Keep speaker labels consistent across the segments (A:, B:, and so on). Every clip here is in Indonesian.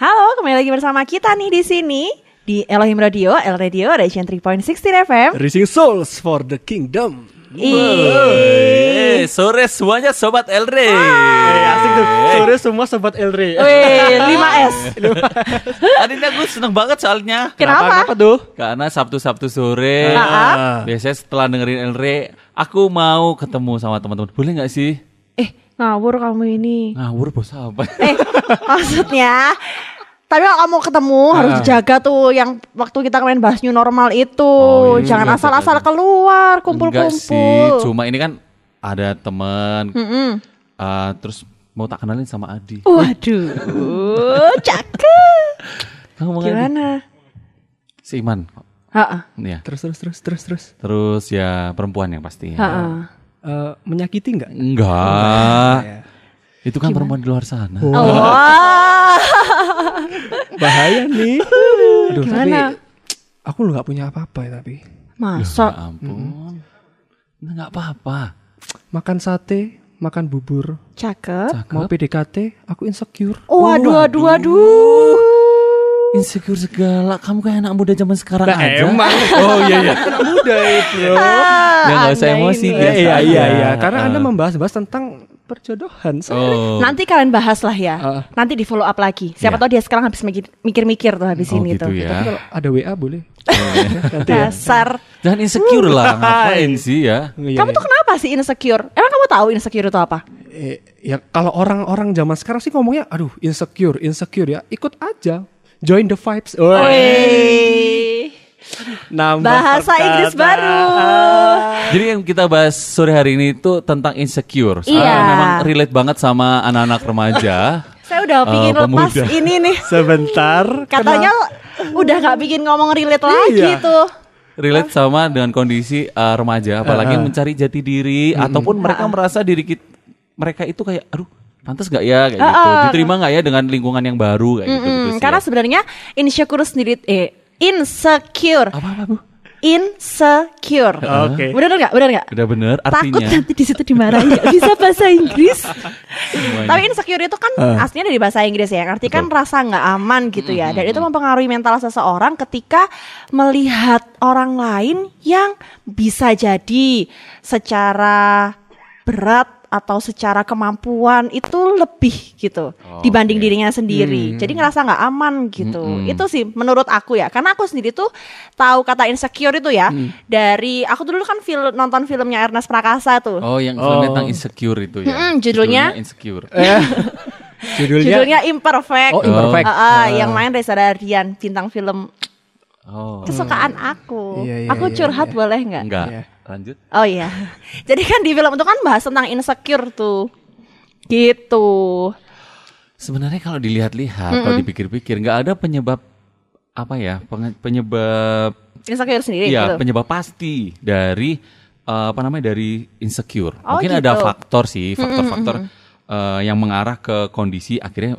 A: Halo, kembali lagi bersama kita nih di sini di Elohim Radio, El Radio, Radiation 3.16 FM.
B: Rising Souls for the Kingdom.
A: Ih.
C: Eh, sore semuanya sobat
B: Eh,
C: Elre.
B: asik tuh. Sore semua sobat Elri.
A: Wih, 5S.
C: Hari ini aku seneng banget soalnya.
A: Kenapa?
B: Kenapa tuh?
C: Karena Sabtu-Sabtu sore,
A: Ah.
C: biasanya setelah dengerin Elre, aku mau ketemu sama teman-teman. Boleh nggak sih?
A: Eh, ngawur kamu ini.
C: Ngawur bos apa?
A: Eh, maksudnya tapi kalau kamu ketemu
C: Ah.
A: harus dijaga tuh yang waktu kita kemarin bahas new normal itu.
C: Oh, iya,
A: Jangan
C: iya,
A: asal-asal
C: iya.
A: keluar,
C: Enggak sih,
A: kumpul-kumpul.
C: cuma ini kan ada temen,
A: Mm-mm. Oh,
C: eh, terus mau tak kenalin sama Adi.
A: Waduh, Uh, cakep.
C: Kamu mau Adi?
A: Gimana?
C: Si Iman.
A: Heeh.
C: Ya.
B: Terus terus terus terus terus.
C: Terus ya perempuan yang pasti. ya.
A: Heeh.
B: Eh, menyakiti nggak? Ah. Iya.
C: Enggak. Itu kan perempuan di luar
B: Oh.
C: sana.
A: Wah.
B: Bahaya nih. Aduh,
A: Gimana?
B: Tapi, aku lu nggak punya apa-apa ya tapi.
A: Masa
C: Ya ampun. Nah, nggak apa-apa.
B: Makan sate, makan bubur,
A: cakep.
B: mau
C: Cakep.
B: PDKT, aku insecure.
C: Oh,
A: Waduh, waduh, waduh.
C: Insecure segala. Kamu kayak anak muda zaman sekarang
B: Nah,
C: aja.
B: emang.
C: Oh iya iya.
B: Anak muda itu.
C: Ya
A: Ah,
C: nggak usah
A: Anda
C: emosi.
A: ini.
C: biasa
B: iya iya
C: aja.
B: iya. Karena anda
C: Ah.
B: membahas-bahas tentang perjodohan. Saya-
C: Oh.
A: Nanti kalian bahas lah ya.
B: Heeh.
A: Nanti di follow up lagi. Siapa
C: Iya.
A: tahu dia sekarang habis mikir- mikir-mikir tuh habis
C: Oh,
A: ini
C: gitu
A: tuh.
B: Tapi
C: ya. Iya.
B: kalau ada WA boleh. Nanti ya.
A: Dasar.
C: Jangan insecure lah. Ngapain sih ya?
B: Iya,
A: Kamu
B: iya.
A: tuh kenapa sih insecure? Emang kamu tahu insecure itu apa?
B: Eh, ya kalau orang-orang zaman sekarang sih ngomongnya aduh insecure insecure ya ikut aja join the vibes
A: Wih.
B: Nambah
A: Bahasa
B: perkataan.
A: Inggris baru.
C: Jadi yang kita bahas sore hari ini itu tentang insecure. Soalnya
A: Iya.
C: memang relate banget sama anak-anak remaja.
A: Saya udah
C: Eh,
A: pingin lepas
C: pemuda.
A: ini nih.
B: sebentar
A: Katanya udah nggak bikin ngomong relate lagi
B: Iya.
C: Gitu
A: tuh.
C: relate sama dengan kondisi uh, remaja apalagi mencari jati diri ataupun mereka merasa diri kita, mereka itu kayak aduh pantas gak ya kayak gitu diterima gak ya dengan lingkungan yang baru kayak gitu,
A: Mm-mm, Hmm, karena sebenarnya insecure sendiri eh insecure.
C: apa apa bu
A: Insecure.
B: Oke.
A: Bener nggak? Bener nggak?
C: udah bener
A: Takut
C: artinya
A: nanti di situ dimarahin nggak bisa bahasa Inggris. Tapi insecure itu kan aslinya dari bahasa Inggris ya. Arti kan rasa nggak aman gitu ya. Dan itu mempengaruhi mental seseorang ketika melihat orang lain yang bisa jadi secara berat atau secara kemampuan itu lebih gitu dibanding dirinya sendiri. Jadi ngerasa nggak aman gitu. Itu sih menurut aku ya. Karena aku sendiri tuh tahu kata insecure itu ya dari aku dulu kan film nonton filmnya Ernest Prakasa tuh.
C: oh yang
B: Oh.
C: film tentang insecure itu ya
A: Mm-mm, judulnya-
C: insecure
B: Eh, judulnya,
A: Judulnya Imperfect.
B: oh imperfect Hmm.
A: Ah, ah, yang main Reza Radian bintang film
C: oh
A: kesukaan aku.
B: Iya, iya,
A: aku
B: iya,
A: curhat boleh nggak?
C: enggak
B: Iya.
C: lanjut
A: Oh iya. Jadi kan di film itu kan bahas tentang insecure tuh. Gitu.
C: sebenarnya kalau dilihat-lihat kalau dipikir-pikir nggak ada penyebab apa ya penge- penyebab
A: Insecure sendiri
C: Iya,
A: gitu.
C: penyebab pasti dari eh, apa namanya dari insecure.
A: Oh,
C: Mungkin
A: gitu.
C: ada faktor sih, faktor-faktor eh, yang mengarah ke kondisi akhirnya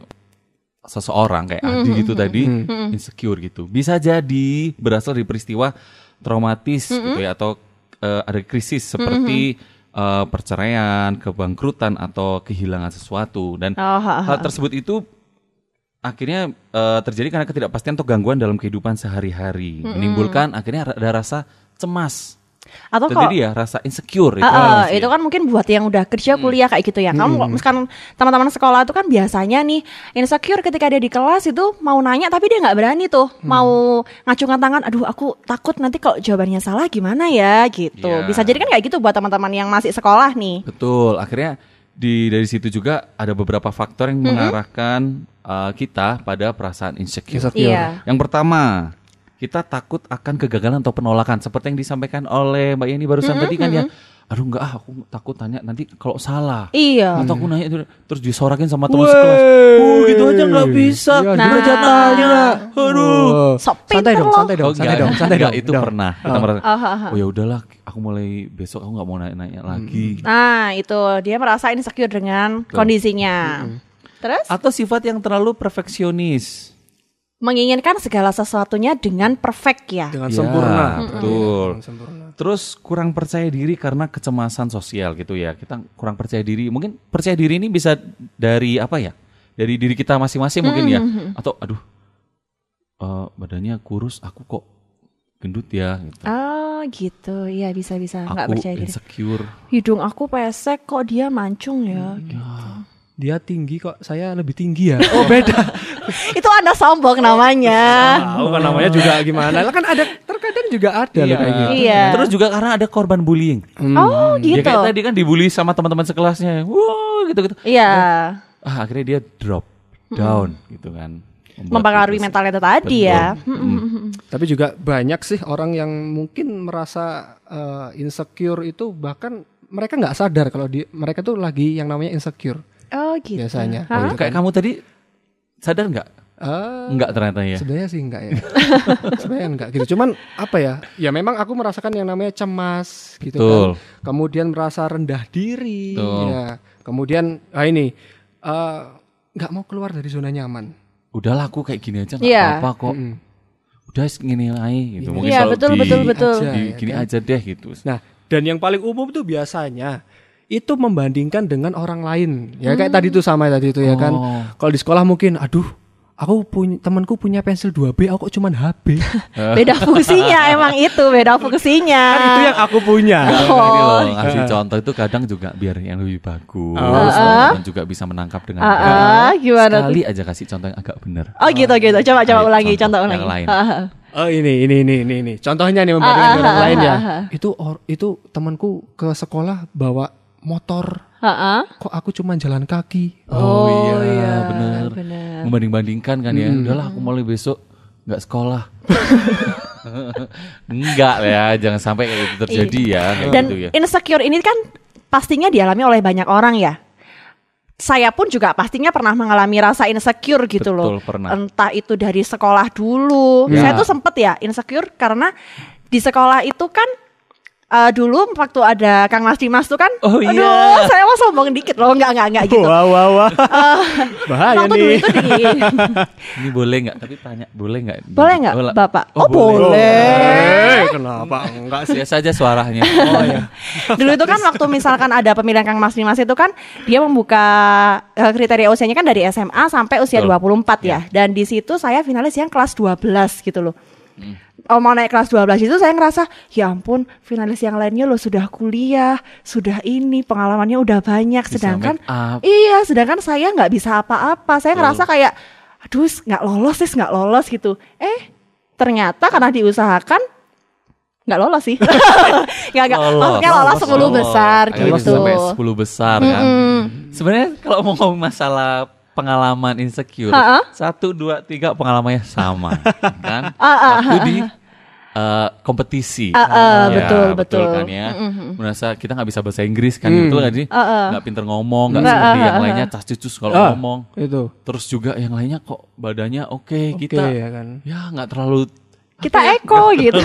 C: seseorang kayak Adi gitu tadi insecure gitu. Bisa jadi berasal dari peristiwa traumatis gitu ya atau eh, ada krisis seperti eh, perceraian, kebangkrutan atau kehilangan sesuatu dan
A: Oh, ha, ha.
C: hal tersebut itu akhirnya eh, terjadi karena ketidakpastian atau gangguan dalam kehidupan sehari-hari menimbulkan akhirnya ra- ada rasa cemas
A: Atau kalau
C: terjadi ya rasa insecure itu,
A: Ah, ah,
C: harus ya.
A: itu kan mungkin buat yang udah kerja
C: Hmm.
A: kuliah kayak gitu ya. Kamu kalau misalkan teman-teman sekolah itu kan biasanya nih insecure ketika dia di kelas itu mau nanya tapi dia nggak berani tuh.
C: Hmm.
A: Mau ngacungkan tangan, aduh aku takut nanti kalau jawabannya salah gimana ya gitu.
C: Iya.
A: Bisa jadi kan kayak gitu buat teman-teman yang masih sekolah nih.
C: betul akhirnya di dari situ juga ada beberapa faktor yang mengarahkan eh, kita pada perasaan insecure
B: Insecure.
A: Iya.
C: yang pertama kita takut akan kegagalan atau penolakan seperti yang disampaikan oleh Mbak Yani barusan tadi kan ya aduh enggak ah, aku takut tanya nanti kalau salah
A: Iya.
C: atau
B: Hmm.
C: aku nanya itu, terus disorakin sama teman sekelas oh gitu aja nggak bisa
B: Iya,
A: Nah.
C: baca tanya aduh Oh,
B: Wow.
A: Sok
B: santai
A: pinter
B: dong
A: loh.
B: santai dong santai dong santai
C: enggak,
B: dong
C: itu
B: dong.
C: pernah kita merasa
A: Ah, ah, ah.
C: oh ya udahlah aku mulai besok aku nggak mau nanya-nanya
B: Hmm.
C: lagi
A: Nah, itu dia merasa insecure dengan kondisinya.
C: Hmm.
A: Terus
C: atau sifat yang terlalu perfeksionis
A: menginginkan segala sesuatunya dengan perfect ya.
B: dengan
C: Ya,
B: sempurna
C: betul
B: Dengan sempurna
C: Terus kurang percaya diri karena kecemasan sosial gitu ya. Kita kurang percaya diri. Mungkin percaya diri ini bisa dari apa ya? dari diri kita masing-masing mungkin ya atau aduh eh, badannya kurus aku kok gendut ya gitu.
A: Oh gitu, iya bisa-bisa nggak
C: aku
A: percaya diri.
C: insecure
A: Hidung aku pesek kok dia mancung ya.
C: Hmm.
B: Dia tinggi kok, saya lebih tinggi ya. Oh beda.
A: Itu anda sombong namanya.
B: Tahu kan namanya juga gimana. Lah kan ada terkadang juga ada loh kayak gitu.
A: Iya.
C: terus juga karena ada korban bullying
A: Oh
C: Dia kayak
A: gitu.
C: tadi kan dibully sama teman-teman sekelasnya. Wow, gitu-gitu.
A: Iya.
C: Ah, akhirnya dia drop down gitu kan. Membuat
A: Mempengaruhi
C: depresi.
A: mentalnya itu tadi ya.
C: Betul. Mm.
B: Tapi juga banyak sih orang yang mungkin merasa eh, insecure itu bahkan mereka nggak sadar kalau di, mereka tuh lagi yang namanya insecure
A: Oh gitu.
B: biasanya. kan?
A: Hah?
C: Kayak kamu tadi sadar nggak?
B: Eh,
C: Nggak ternyata ya.
B: Sebenarnya sih enggak ya. Sebenarnya enggak gitu. Cuman apa ya? Ya memang aku merasakan yang namanya cemas gitu
C: Betul.
B: kan. Kemudian merasa rendah diri.
C: Betul.
B: Ya. Kemudian ah ini eh, nggak mau keluar dari zona nyaman.
C: Udahlah aku kayak gini aja nggak
A: Iya.
C: apa-apa kok.
B: Mm-mm.
C: Udah ngini aja gitu. Mungkin
A: Iya
C: selalu
A: betul
C: di-
A: betul betul.
B: aja.
C: di-
B: ya
C: gini
B: kan?
C: aja deh gitu.
B: Nah, dan yang paling umum tuh biasanya itu membandingkan dengan orang lain. Ya kayak tadi tuh sama tadi itu ya kan.
C: Oh.
B: Kalau di sekolah mungkin aduh, aku punya temanku punya pensil 2B, aku kok cuman HB.
A: Beda fungsinya emang itu beda fungsinya.
B: kan itu yang aku punya.
C: Nah, ini
A: Oh.
C: loh, ngasih contoh itu kadang juga biar yang lebih bagus. teman juga bisa menangkap dengan
A: Ah,
C: baik.
A: ah, gimana tuh?
C: Sekali aja kasih contoh yang agak benar.
A: Oh gitu gitu. Coba coba
C: Ayo,
A: ulangi
C: contoh
A: contoh
C: yang
A: ulangi.
C: lain.
A: Ah, ah.
B: Oh ini ini ini ini ini. Contohnya nih membandingkan dengan orang lain ya. Itu or- itu temanku ke sekolah bawa motor.
A: Ah, ah.
B: Kok aku cuma jalan kaki?
C: Oh, iya,
A: benar.
C: bener.
A: benar.
C: Membanding-bandingkan kan ya. Udahlah aku mulai besok nggak sekolah. Enggak lah ya, jangan sampai kayak gitu terjadi ya. Kayak
A: Dan
C: gitu ya.
A: insecure ini kan pastinya dialami oleh banyak orang ya. Saya pun juga pastinya pernah mengalami rasa insecure gitu
C: Betul,
A: loh.
C: pernah.
A: Entah itu dari sekolah dulu. Saya
C: Ya.
A: tuh sempet ya insecure karena di sekolah itu kan eh, dulu waktu ada Kang Mas Dimas tuh kan,
C: Oh,
A: aduh
C: iya.
A: saya mau sombong dikit loh, nggak nggak nggak gitu. Eh,
B: Wah wah wah.
A: Waktu
B: Bahaya
A: dulu
B: nih.
A: itu di
C: Ini boleh nggak? Tapi tanya boleh nggak?
A: Boleh nggak,
C: lah.
A: Bapak?
C: Oh,
A: Oh,
C: boleh.
B: Eh, kenapa enggak sih?
C: Biasa aja suaranya. Oh
A: iya.
C: ya.
A: Dulu itu kan waktu misalkan ada pemilihan Kang Mas Dimas itu kan dia membuka eh, kriteria usianya kan dari SMA sampai usia
C: Betul. Iya.
A: 24 ya. Dan di situ saya finalis yang kelas 12 gitu loh.
C: Hmm.
A: Oh mau naik kelas 12 itu saya ngerasa ya ampun finalis yang lainnya loh sudah kuliah, sudah ini pengalamannya udah banyak
C: Bisa
A: sedangkan
C: make up.
A: iya sedangkan saya nggak bisa apa-apa. Saya ngerasa kayak aduh nggak lolos sih nggak lolos gitu. Eh ternyata karena diusahakan nggak lolos sih nggak nggak maksudnya lolos 10 besar
C: Akhirnya bisa
A: gitu
C: Sampai 10 besar kan. Sebenarnya kalau mau ngomong masalah pengalaman insecure,
A: Ha-ha.
C: satu, dua, tiga pengalamannya sama, kan?
A: Ah, ah,
C: Waktu di eh, kompetisi,
A: Ah, ah,
C: Ya,
A: betul, betul. Mm-hmm.
C: kan ya. Merasa kita nggak bisa bahasa Inggris kan,
B: Hmm.
C: betul kan? Jadi nggak pinter ngomong,
A: Ah,
C: nggak seperti
A: ah,
C: yang
A: ah,
C: lainnya tas cicus kalau
B: Ah,
C: ngomong.
B: Itu.
C: Terus juga yang lainnya kok badannya oke,
B: Oke
C: kita
B: ya kan.
C: ya nggak terlalu
A: kita eko gitu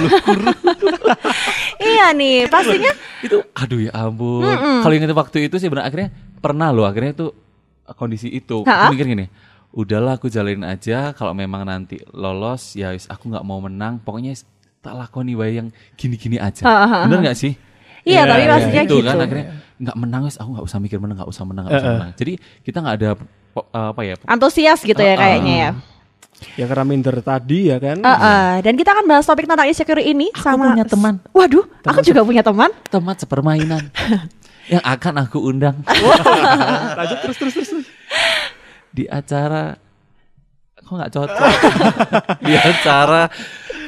A: iya nih pastinya
C: itu aduh ya ampun kalau ingat waktu itu sih benar akhirnya pernah loh akhirnya itu eh, kondisi itu Aku
A: Ha-ha.
C: mikir gini udahlah aku jalanin aja kalau memang nanti lolos ya wis, aku nggak mau menang pokoknya wis, tak lakoni wae yang gini-gini aja bener nggak sih
A: iya
B: Iya,
A: tapi
B: iya,
A: pastinya
C: gitu,
A: gitu,
C: kan akhirnya nggak menang wis aku nggak usah mikir menang nggak usah menang nggak usah menang jadi kita nggak ada po- apa ya
A: antusias gitu ya
C: Ah, ah.
A: kayaknya ya
B: Ya karena minder tadi ya kan.
A: Ah, ah. dan kita akan bahas topik tentang insecure ini sama
C: punya teman.
A: waduh aku juga punya teman
C: teman sepermainan yang akan aku undang
B: Lanjut terus terus terus.
C: di acara kok nggak cocok di acara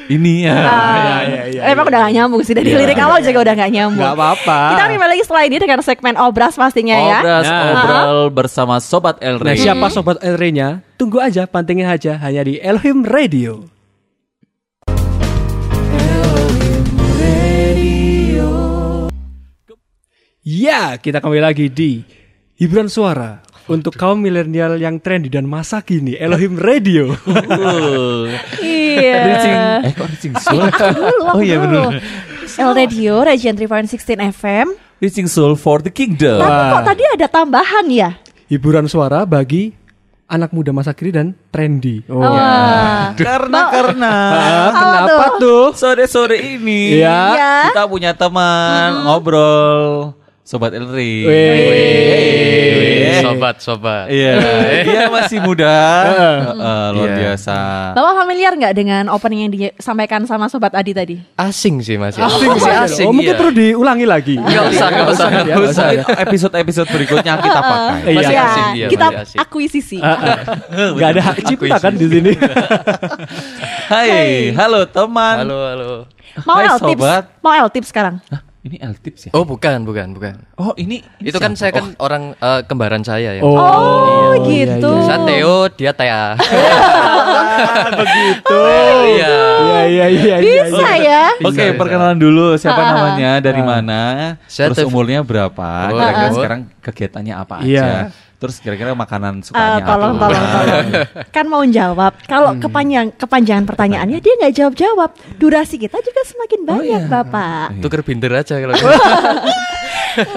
C: ini ya
B: Ya ya ya.
A: Ah, emang
C: iya.
A: udah gak nyambung sih dari lirik awal juga udah gak nyambung
B: Enggak apa-apa.
A: kita kembali lagi setelah ini dengan segmen obras pastinya ya
C: obras
B: Nah.
C: obrol bersama sobat El
B: Nah,
C: Rey.
B: siapa sobat Elre-nya? Tunggu aja, pantengin aja hanya di Elhim Radio. Ya, kita kembali lagi di hiburan suara untuk kaum milenial yang trendy dan masa kini Elohim Radio.
C: Uh,
A: iya
C: Ricing. eh kok Ricing Soul
A: dulu aku
C: oh iya
A: dulu
C: bener
A: El Radio Region 3.16 FM
C: Ricing Soul for the Kingdom
A: Tapi kok tadi ada tambahan ya?
B: hiburan suara bagi anak muda masa kini dan trendy. Oh.
A: Wah.
C: karena karena
B: Ah, kenapa
A: Apa
B: tuh?
C: sore sore ini
B: Iya. Mm-hmm.
A: Iya.
C: kita punya teman ngobrol Sobat Elri.
D: Iya. Sobat, sobat.
C: Iya, dia masih muda, Heeh, luar
D: Iya.
C: biasa.
A: Bapak familiar nggak dengan opening yang disampaikan sama Sobat Adi tadi?
D: Asing sih masih.
B: Asing sih, asing. Iya, Oh, mungkin
D: iya.
B: perlu diulangi lagi.
D: Nggak usah, nggak usah,
B: Nggak
D: nggak usah.
C: Mungkin Episode-episode berikutnya kita pakai.
B: Iya. Eh,
D: Masih
A: Ya,
D: asing dia,
A: kita
D: masih asing.
A: akuisisi.
B: Gak ada hak cipta kan di sini.
C: Hai, halo teman.
D: Halo, halo.
A: Mau
C: Hai,
A: L tips?
C: sobat.
A: Mau L tips sekarang?
C: Hah, ini L tips ya?
D: Oh, bukan, bukan, bukan.
C: Oh, ini, ini
D: Itu kan saya
C: siapa?
D: kan orang eh, kembaran saya ya.
B: Oh,
A: Oh,
B: iya,
A: gitu.
B: iya.
D: Saya Theo, dia Thea.
B: Oh. begitu.
D: Iya.
B: Iya iya iya. iya,
A: Bisa
B: iya.
A: ya.
D: Bisa,
C: Oke,
D: bisa.
C: perkenalan dulu siapa namanya, dari mana,
D: Saya
C: terus
D: tuh-
C: umurnya berapa,
D: Oh,
C: kira-kira
D: ah.
C: sekarang kegiatannya apa
B: Iya.
C: aja, terus kira-kira makanan
A: Eh,
C: sukanya
A: tolong,
C: apa. Iya.
A: tolong, tolong. Kan mau jawab. Kalau
B: Hmm.
A: kepanjang, kepanjangan pertanyaannya dia nggak jawab jawab. Durasi kita juga semakin
B: Oh,
A: banyak,
B: iya.
A: bapak.
D: Tuker binder aja kalau gitu.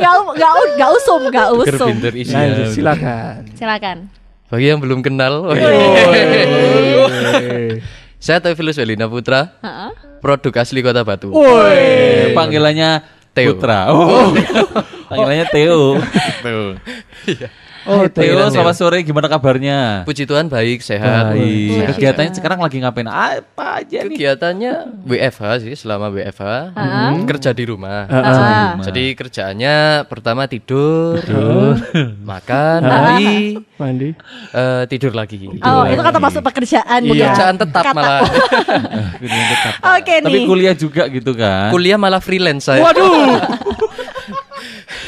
A: Nggak, nggak, nggak usum, nggak
D: Tuker
A: usum.
D: binder isi.
B: Nah, silakan.
A: Silakan.
D: Bagi yang belum kenal, oh,
B: iya.
D: saya Teofilus Welina Putra,
A: Heeh.
D: produk asli Kota Batu.
B: Woi.
C: Eh, Panggilannya
D: Theo.
C: Putra. Oh. Panggilannya Theo.
B: Oh,
C: Theo, selamat sore, gimana kabarnya?
D: Puji Tuhan baik,
C: Baik.
D: sehat. Sehat.
C: Iya.
A: Iya.
C: Kegiatannya sekarang lagi ngapain? Apa aja Iya nih?
D: Kegiatannya WFH sih selama WFH, Hmm. kerja di rumah.
A: Ah.
D: Jadi kerjaannya pertama tidur, makan, mandi,
B: Mandi.
D: eh, tidur lagi.
B: Iya.
A: Oh, itu kata masuk
D: Iya.
A: pekerjaan. ya.
D: Pekerjaan tetap
A: Kata-
D: malah.
C: Kemudian tetap.
A: Oke
C: Tapi
A: nih.
C: kuliah juga gitu kan?
D: Kuliah malah freelance saya.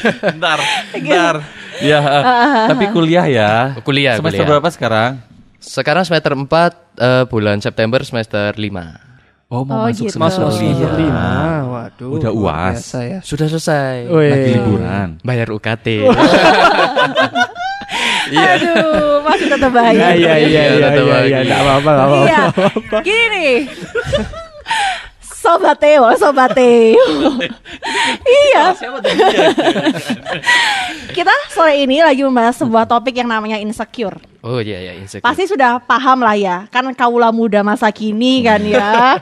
C: Bentar, bentar. Ya,
A: Ah,
C: tapi kuliah ya.
D: Kuliah,
C: Semester
D: kuliah.
C: berapa sekarang?
D: Sekarang semester 4 eh, bulan September semester 5.
C: Oh,
A: mau Oh, masuk gitu.
B: Masuk
A: semester
B: semester lima. Iya. Waduh.
C: Udah
B: luar
C: UAS.
B: biasa ya.
D: Sudah selesai.
B: Woi.
C: Lagi liburan.
D: Bayar UKT.
A: Aduh, masih tetap bahaya.
B: Iya iya iya iya
D: Tetap
B: iya, iya.
D: lagi.
B: Enggak apa-apa, enggak apa-apa.
A: Iya, gini nih. Sobat Teo, Sobat Teo. iya. Kita sore ini lagi membahas sebuah topik yang namanya insecure.
D: oh iya iya insecure.
A: Pasti sudah paham lah ya, kan kaula muda masa kini kan ya.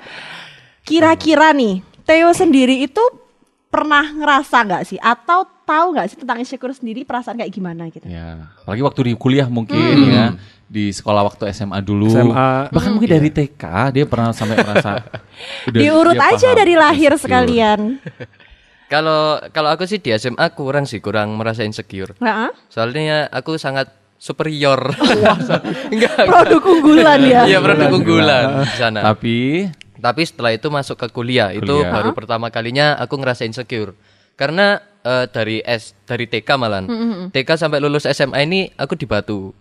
A: Kira-kira nih, Teo sendiri itu pernah ngerasa nggak sih atau tahu nggak sih tentang insecure sendiri perasaan kayak gimana gitu?
C: Ya, apalagi waktu di kuliah mungkin
A: Hmm.
C: ya, di sekolah waktu SMA dulu.
B: SMA.
C: Bahkan mungkin dari TK dia pernah sampai merasa udah
A: Diurut
C: dia
A: aja
C: paham. Iya,
A: dari lahir
C: Insecure.
A: sekalian.
D: Kalau kalau aku sih di SMA kurang sih, kurang merasa insecure.
A: Nah,
D: Soalnya aku sangat superior. Enggak.
A: produk unggulan ya.
D: Iya, produk unggulan di sana.
C: Tapi
D: Tapi setelah itu masuk ke kuliah, itu
C: Kuliah.
D: baru pertama kalinya aku ngerasa insecure. Karena eh, dari S dari TK malan. TK sampai lulus SMA ini aku di Batu.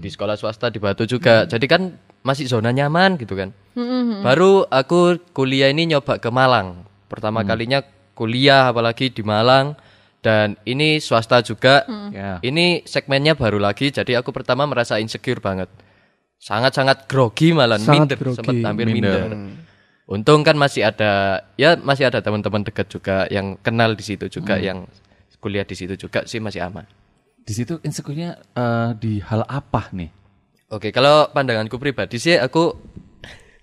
D: Di sekolah swasta di Batu juga. Jadi kan masih zona nyaman gitu kan. Baru aku kuliah ini nyoba ke Malang. Pertama kalinya kuliah apalagi di Malang dan ini swasta juga.
C: ya.
D: Ini segmennya baru lagi, jadi aku pertama merasa insecure banget. Sangat-sangat grogi malah,
B: Sangat
D: minder,
B: grogi,
D: sempat hampir
C: minder.
D: minder. Untung kan masih ada, ya masih ada teman-teman dekat juga yang kenal di situ juga, yang kuliah di situ juga sih masih aman.
C: di situ insecure-nya eh, di hal apa nih?
D: Oke, kalau pandanganku pribadi sih aku,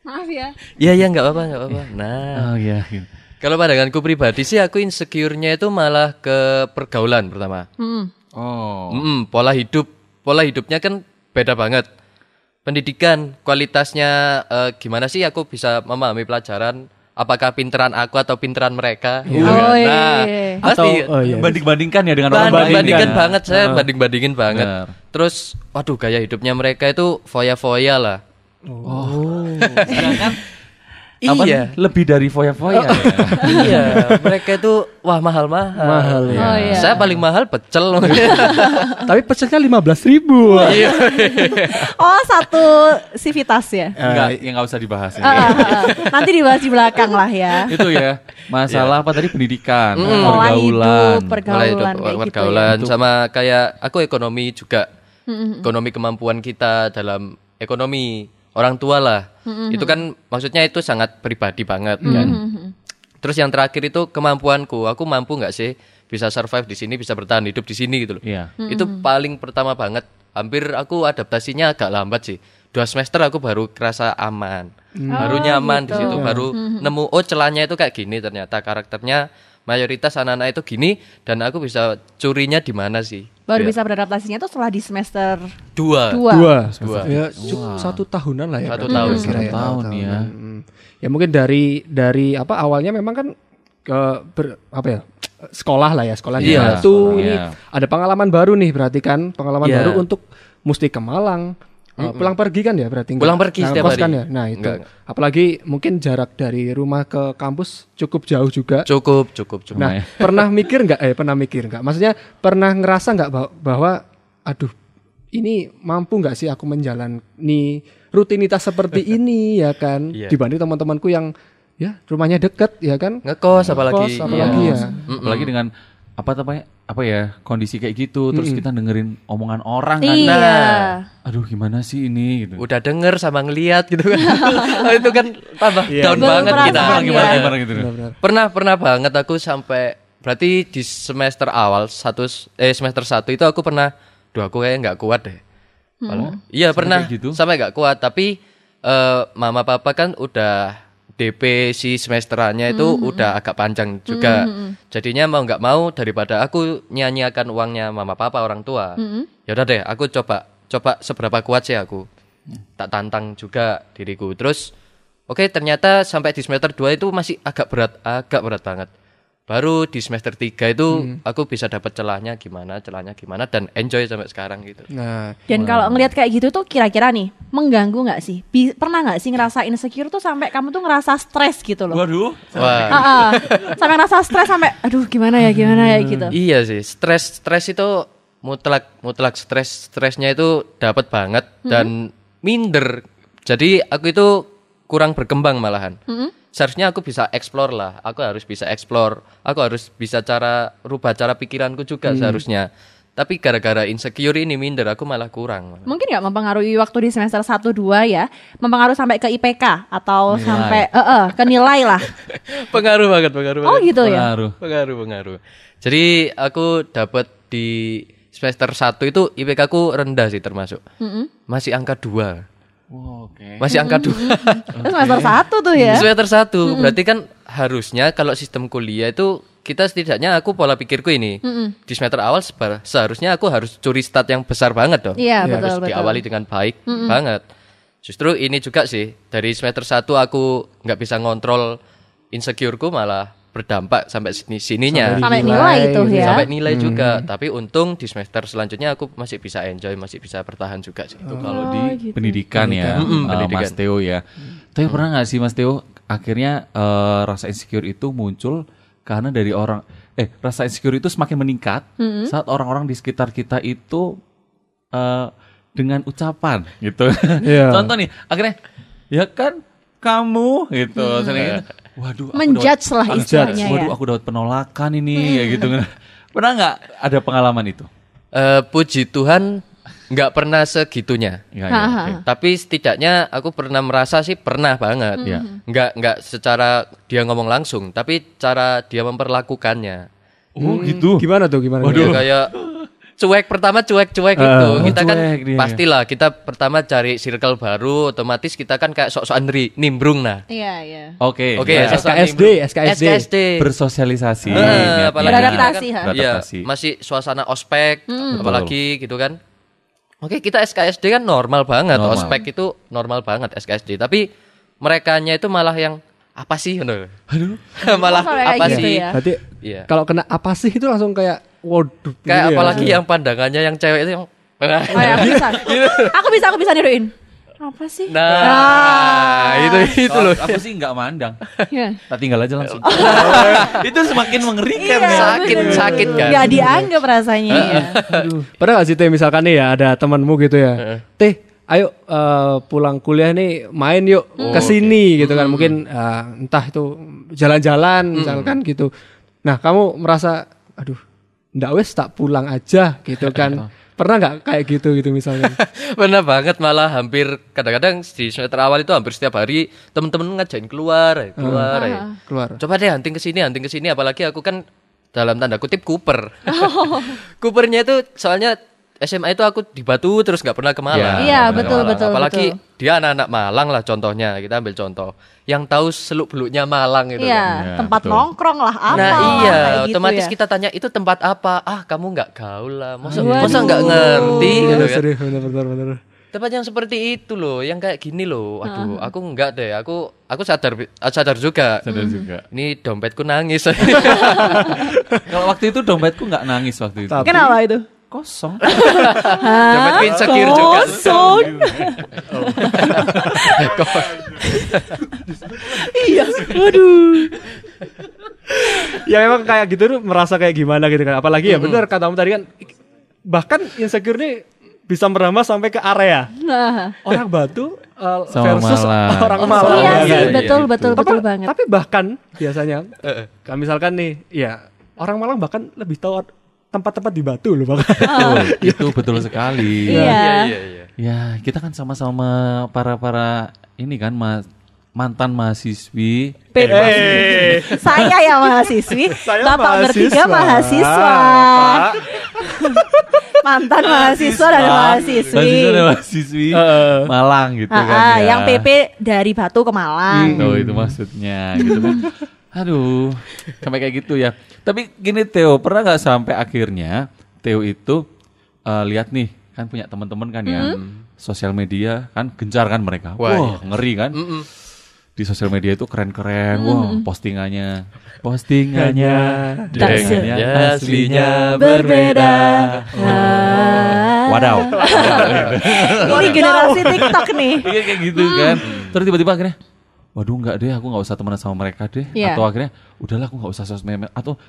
A: Maaf ya.
D: ya ya nggak apa-apa, nggak apa-apa. Nah,
C: Oh iya.
D: kalau pandanganku pribadi sih aku insecure-nya itu malah ke pergaulan pertama.
C: Oh.
D: Mm, pola hidup, pola hidupnya kan beda banget. Pendidikan, kualitasnya eh, gimana sih aku bisa memahami pelajaran? Apakah pinteran aku atau pinteran mereka? Gitu kan.
A: Oh, iya.
D: Nah,
B: Atau
D: pasti
B: oh iya.
C: Banding-bandingkan ya dengan orang lain.
D: banding-bandingkan
C: ya.
D: banget saya, banding-bandingin banget.
C: Benar.
D: Terus, waduh gaya hidupnya mereka itu foya-foya lah.
A: Oh.
D: Oh.
C: Apa
D: iya,
C: nih? lebih dari
A: Oh.
C: foya-foya. ya.
D: iya. Mereka itu wah mahal-mahal.
B: Mahal ya.
A: Oh iya.
D: Saya paling mahal pecel.
B: Tapi pecelnya 15 ribu.
A: Oh satu sivitas ya.
C: Enggak, ya enggak usah dibahas
D: Iya.
C: ini.
A: Ah, ah, ah. Nanti dibahas di belakang lah ya.
C: itu ya masalah apa tadi pendidikan
A: Pola
C: pergaulan
A: hidup, pergaulan kayak
D: Hmm. Mulai hidup,
A: gitu. Ya.
D: pergaulan, sama kayak aku ekonomi juga. Ekonomi kemampuan kita dalam ekonomi orang tua lah. Itu kan maksudnya itu sangat pribadi banget kan. Terus yang terakhir itu kemampuanku. Aku mampu nggak sih bisa survive di sini, bisa bertahan hidup di sini gitu loh.
C: Iya.
D: Itu paling pertama banget. Hampir aku adaptasinya agak lambat sih. Dua semester aku baru kerasa
B: Hmm.
D: aman, baru nyaman di situ, baru nemu oh celahnya itu kayak gini ternyata karakternya mayoritas anak-anak itu gini dan aku bisa curinya di mana sih?
A: Baru
D: Iya.
A: bisa beradaptasinya tuh setelah di semester
D: Dua.
A: dua.
B: Dua.
D: Dua.
B: Ya, cu- satu tahunan lah ya.
D: Satu
B: berarti
D: tahun.
B: kira-kira
C: Satu tahun ya.
B: tahunan. Mm. Ya mungkin dari dari apa awalnya memang kan ke ber- apa ya? sekolah lah ya, sekolah di
C: Iya,
B: Batu.
C: sekolah.
B: Ini
C: Iya.
B: Ada pengalaman baru nih berarti kan, pengalaman
D: Iya.
B: baru untuk mesti ke Malang. Eh, pulang pergi kan ya berarti
D: Pulang pergi
B: Nah,
D: setiap
B: kos
D: hari.
B: kan ya. Nah, itu.
D: Nggak.
B: Apalagi mungkin jarak dari rumah ke kampus cukup jauh juga.
D: Cukup, cukup, cukup.
B: Nah, pernah mikir nggak? Eh, pernah mikir nggak? Maksudnya pernah ngerasa nggak bah- bahwa, aduh, ini mampu nggak sih aku menjalani rutinitas seperti ini ya kan?
D: Iya.
B: Dibanding teman-temanku yang ya rumahnya deket ya kan?
D: Ngekos apalagi.
B: Kos, apalagi
D: Iya.
B: ya.
C: Apalagi dengan apa namanya apa ya kondisi kayak gitu terus kita dengerin omongan orang kan
A: Iya.
D: Nah.
C: aduh gimana sih ini gitu
D: Udah denger sama ngeliat gitu kan. Oh, itu kan tambah
B: Iya.
D: down
A: Baru
D: banget kita.
A: perasaan, iya.
C: gimana gimana gitu
B: Benar-benar.
D: Pernah pernah banget aku sampai berarti di semester awal satu eh semester satu itu aku pernah duh aku kayak nggak kuat deh. Malah- Iya pernah
C: kayak gitu?
D: sampai nggak kuat tapi eh, mama papa kan udah DP si semesterannya itu udah agak panjang juga. Jadinya mau nggak mau daripada aku nyanyiakan uangnya mama papa orang tua. Ya udah deh aku coba coba seberapa kuat sih aku. Tak tantang juga diriku. Terus oke ternyata sampai di semester 2 itu masih agak berat, agak berat banget. Baru di semester 3 itu aku bisa dapat celahnya gimana, celahnya gimana dan enjoy sampai sekarang gitu.
B: Nah,
A: Dan kalau ngelihat kayak gitu tuh kira-kira nih mengganggu nggak sih? Bi- pernah nggak sih ngerasa insecure tuh sampai kamu tuh ngerasa stres gitu loh?
C: waduh
A: Ah,
D: Wah.
A: ah. sampai ngerasa stres sampai aduh gimana ya gimana ya gitu.
D: Iya sih, stres stres itu mutlak mutlak stres stresnya itu dapat banget dan minder. Jadi aku itu kurang berkembang malahan. Seharusnya aku bisa explore lah. Aku harus bisa explore. Aku harus bisa cara rubah cara pikiranku
A: Mm.
D: juga seharusnya. Tapi gara-gara insecure ini minder aku malah kurang. malah.
A: Mungkin nggak mempengaruhi waktu di semester 1 2 ya, mempengaruhi sampai ke IPK atau sampai eh eh, ke nilai lah.
D: pengaruh banget, pengaruh
A: Oh
D: banget.
A: gitu ya.
C: pengaruh
D: Pengaruh, pengaruh. Jadi aku dapat di semester 1 itu IPK ku rendah sih termasuk. Masih angka 2.
C: Wow, oke
D: Masih angka 2.
A: Itu semester 1 tuh ya.
D: Semester 1. Berarti kan harusnya kalau sistem kuliah itu kita setidaknya aku pola pikirku ini. Di semester awal seba- seharusnya aku harus curi stat yang besar banget dong.
A: Iya, betul,
D: harus
A: betul.
D: diawali dengan baik banget. Justru ini juga sih dari semester 1 aku nggak bisa ngontrol insecureku malah berdampak sampai sini sininya.
A: Iya. Sampai nilai itu
B: gitu
A: ya.
D: Sampai
C: Hmm.
D: nilai juga, tapi untung di semester selanjutnya aku masih bisa enjoy, masih bisa bertahan juga sih.
C: itu
A: Oh,
C: kalau di
A: gitu.
C: pendidikan ya eh, Mas Teo ya
A: Mm.
C: tapi pernah nggak sih Mas Teo akhirnya eh, rasa insecure itu muncul karena dari orang eh rasa insecure itu semakin meningkat saat orang-orang di sekitar kita itu eh, dengan ucapan gitu
B: Iya.
C: contoh nih akhirnya ya kan kamu gitu sering gitu. waduh aku
A: Menjudge lah
C: dapat-
A: istilahnya ya.
C: waduh aku dapat penolakan ini ya gitu pernah nggak ada pengalaman itu
D: Eh, puji Tuhan nggak pernah segitunya.
C: ya, ya, oke.
D: Tapi setidaknya aku pernah merasa sih pernah banget.
C: Iya.
D: Nggak nggak secara dia ngomong langsung, tapi cara dia memperlakukannya.
C: oh gitu
B: Gimana tuh? Gimana?
D: Ya, kayak cuek pertama cuek-cuek gitu.
C: oh,
D: kita kan
C: cuek dia.
D: pastilah kita pertama cari circle baru, otomatis kita kan kayak sok-sokan ri- nimbrung nah.
A: Iya, iya.
C: Oke,
D: Oke,
C: ya.
D: sok-sokan
B: SKSD,
D: nimbrung.
B: SKSD.
D: SKSD.
C: bersosialisasi,
D: Iya. Eh,
C: niatnya.
D: apalagi kita kan-
A: Beradaptasi, ha? Hmm.
D: Iya,
C: Beradaptasi.
D: masih suasana ospek,
C: Betul.
D: apalagi gitu kan. Oke, kita SKSD kan normal banget.
C: Normal.
D: Ospek itu normal banget SKSD, tapi merekanya itu malah yang apa sih? Aduh. malah
A: Kok sampai
D: apa
A: kayak gitu
D: sih?
A: ya?
B: Berarti
D: Iya.
B: kalau kena apa sih itu langsung kayak waduh. gitu
D: Kayak
B: ya.
D: apalagi yang pandangannya yang cewek itu yang Nah,
A: Oh, ya, aku bisa. aku bisa, aku bisa niruin. Apa sih?
D: Nah,
A: Ah.
D: itu itu Gitu loh.
C: Kalau aku sih nggak mandang.
A: Iya.
C: Tak tinggal aja langsung. itu semakin
A: Iya,
C: mengerikan ya.
D: sakit,
A: bener.
D: sakit kan?
A: Nggak dianggap rasanya. ya.
B: Aduh. Pernah gak sih Teh misalkan nih ya ada temanmu gitu ya. Teh, ayo eh, pulang kuliah nih main yuk ke sini gitu kan. Mungkin eh, entah itu jalan-jalan misalkan gitu. Nah, kamu merasa aduh, ndak wes tak pulang aja gitu kan. Pernah nggak kayak gitu gitu misalnya?
D: Bener banget malah hampir kadang-kadang di semester awal itu hampir setiap hari temen-temen ngajain keluar, eh, keluar.
A: Ah.
D: eh.
B: Keluar.
D: Coba deh hunting ke sini, hunting ke
A: Oh.
D: sini apalagi aku kan dalam tanda kutip Cooper. Coopernya itu soalnya SMA itu aku di Batu terus nggak pernah ke Malang.
C: Iya,
D: Nggak pernah
A: betul,
D: ke Malang.
A: betul,
D: Apalagi
A: betul.
D: dia anak-anak Malang lah contohnya. Kita ambil contoh yang tahu seluk beluknya Malang itu.
A: Iya,
C: Iya,
A: tempat
C: betul.
A: nongkrong lah apa
D: kan. Nah
A: lah,
D: iya,
A: kayak gitu
D: otomatis
A: ya.
D: kita tanya itu tempat apa? Ah kamu nggak gaul lah, masa
A: Waduh.
D: masa nggak ngerti gitu kan?
B: Iya, Serius, bener, bener, bener.
D: Tempat yang seperti itu loh, yang kayak gini loh. Aduh,
A: Ah.
D: aku nggak deh, aku aku sadar sadar juga.
A: Hmm.
C: Sadar juga.
D: Ini dompetku nangis.
C: Kalau waktu itu dompetku nggak nangis waktu itu.
B: Tapi-
A: Kenapa itu?
C: Kosong.
D: Dompetku insecure
A: Oh,
D: juga.
A: Kosong. iya. Waduh.
B: ya memang kayak gitu tuh merasa kayak gimana gitu kan. Apalagi ya benar katamu tadi kan bahkan insecure nih bisa merambah sampai ke area
A: Nah.
B: orang batu uh,
C: Sama
B: versus
C: Malang.
B: orang
C: Oh,
A: iya
B: malang.
C: iya,
A: sih,
C: iya,
A: betul,
C: gitu.
A: betul,
B: tapi,
A: betul banget.
B: tapi bahkan biasanya kayak misalkan nih ya orang malang bahkan lebih tahu tempat-tempat di batu loh bahkan.
C: Betul, Oh, itu betul sekali.
A: Iya.
D: iya, iya.
C: Ya, kita kan sama-sama para-para ini kan ma- mantan mahasiswi.
A: Pe-
B: Eh,
A: Saya ya mahasiswi,
B: Saya
A: Bapak
B: mahasiswa.
A: bertiga mahasiswa.
B: Pak.
A: Mantan mahasiswa dan mahasiswi.
C: Mahasiswa dan mahasiswi
B: Heeh.
C: Malang gitu
A: Ah,
C: kan.
A: ah,
C: ya.
A: yang PP dari Batu ke Malang.
C: Oh, itu maksudnya gitu kan. Aduh, sampai kayak gitu ya. Tapi gini Theo, pernah nggak sampai akhirnya Theo itu eh, lihat nih kan punya teman-teman kan ya, sosial media kan gencar kan mereka. Wah,
D: Wah,
C: ngeri kan. Di sosial media itu keren-keren, wah postingannya, postingannya dengan
D: Dengan
C: aslinya
A: Berbeda.
C: Wadaw.
A: Ah, Ini generasi TikTok nih.
C: Iya kayak gitu kan. Terus tiba-tiba akhirnya waduh nggak deh aku nggak usah temenan sama mereka deh
A: Iya.
C: atau akhirnya udahlah aku nggak usah sosmed atau